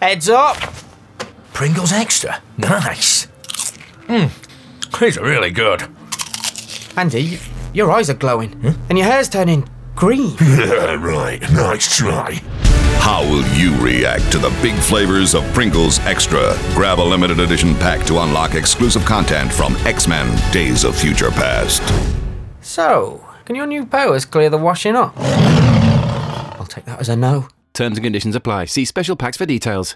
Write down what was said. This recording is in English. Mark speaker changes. Speaker 1: Heads up.
Speaker 2: Pringles extra. Nice. Mmm. These are really good.
Speaker 1: Andy, your eyes are glowing, and your hair's turning green.
Speaker 3: Yeah, right. Nice try.
Speaker 4: How will you react to the big flavors of Pringles Extra? Grab a limited edition pack to unlock exclusive content from X Men Days of Future Past.
Speaker 1: So, can your new powers clear the washing up? I'll take that as a no.
Speaker 5: Terms and conditions apply. See special packs for details.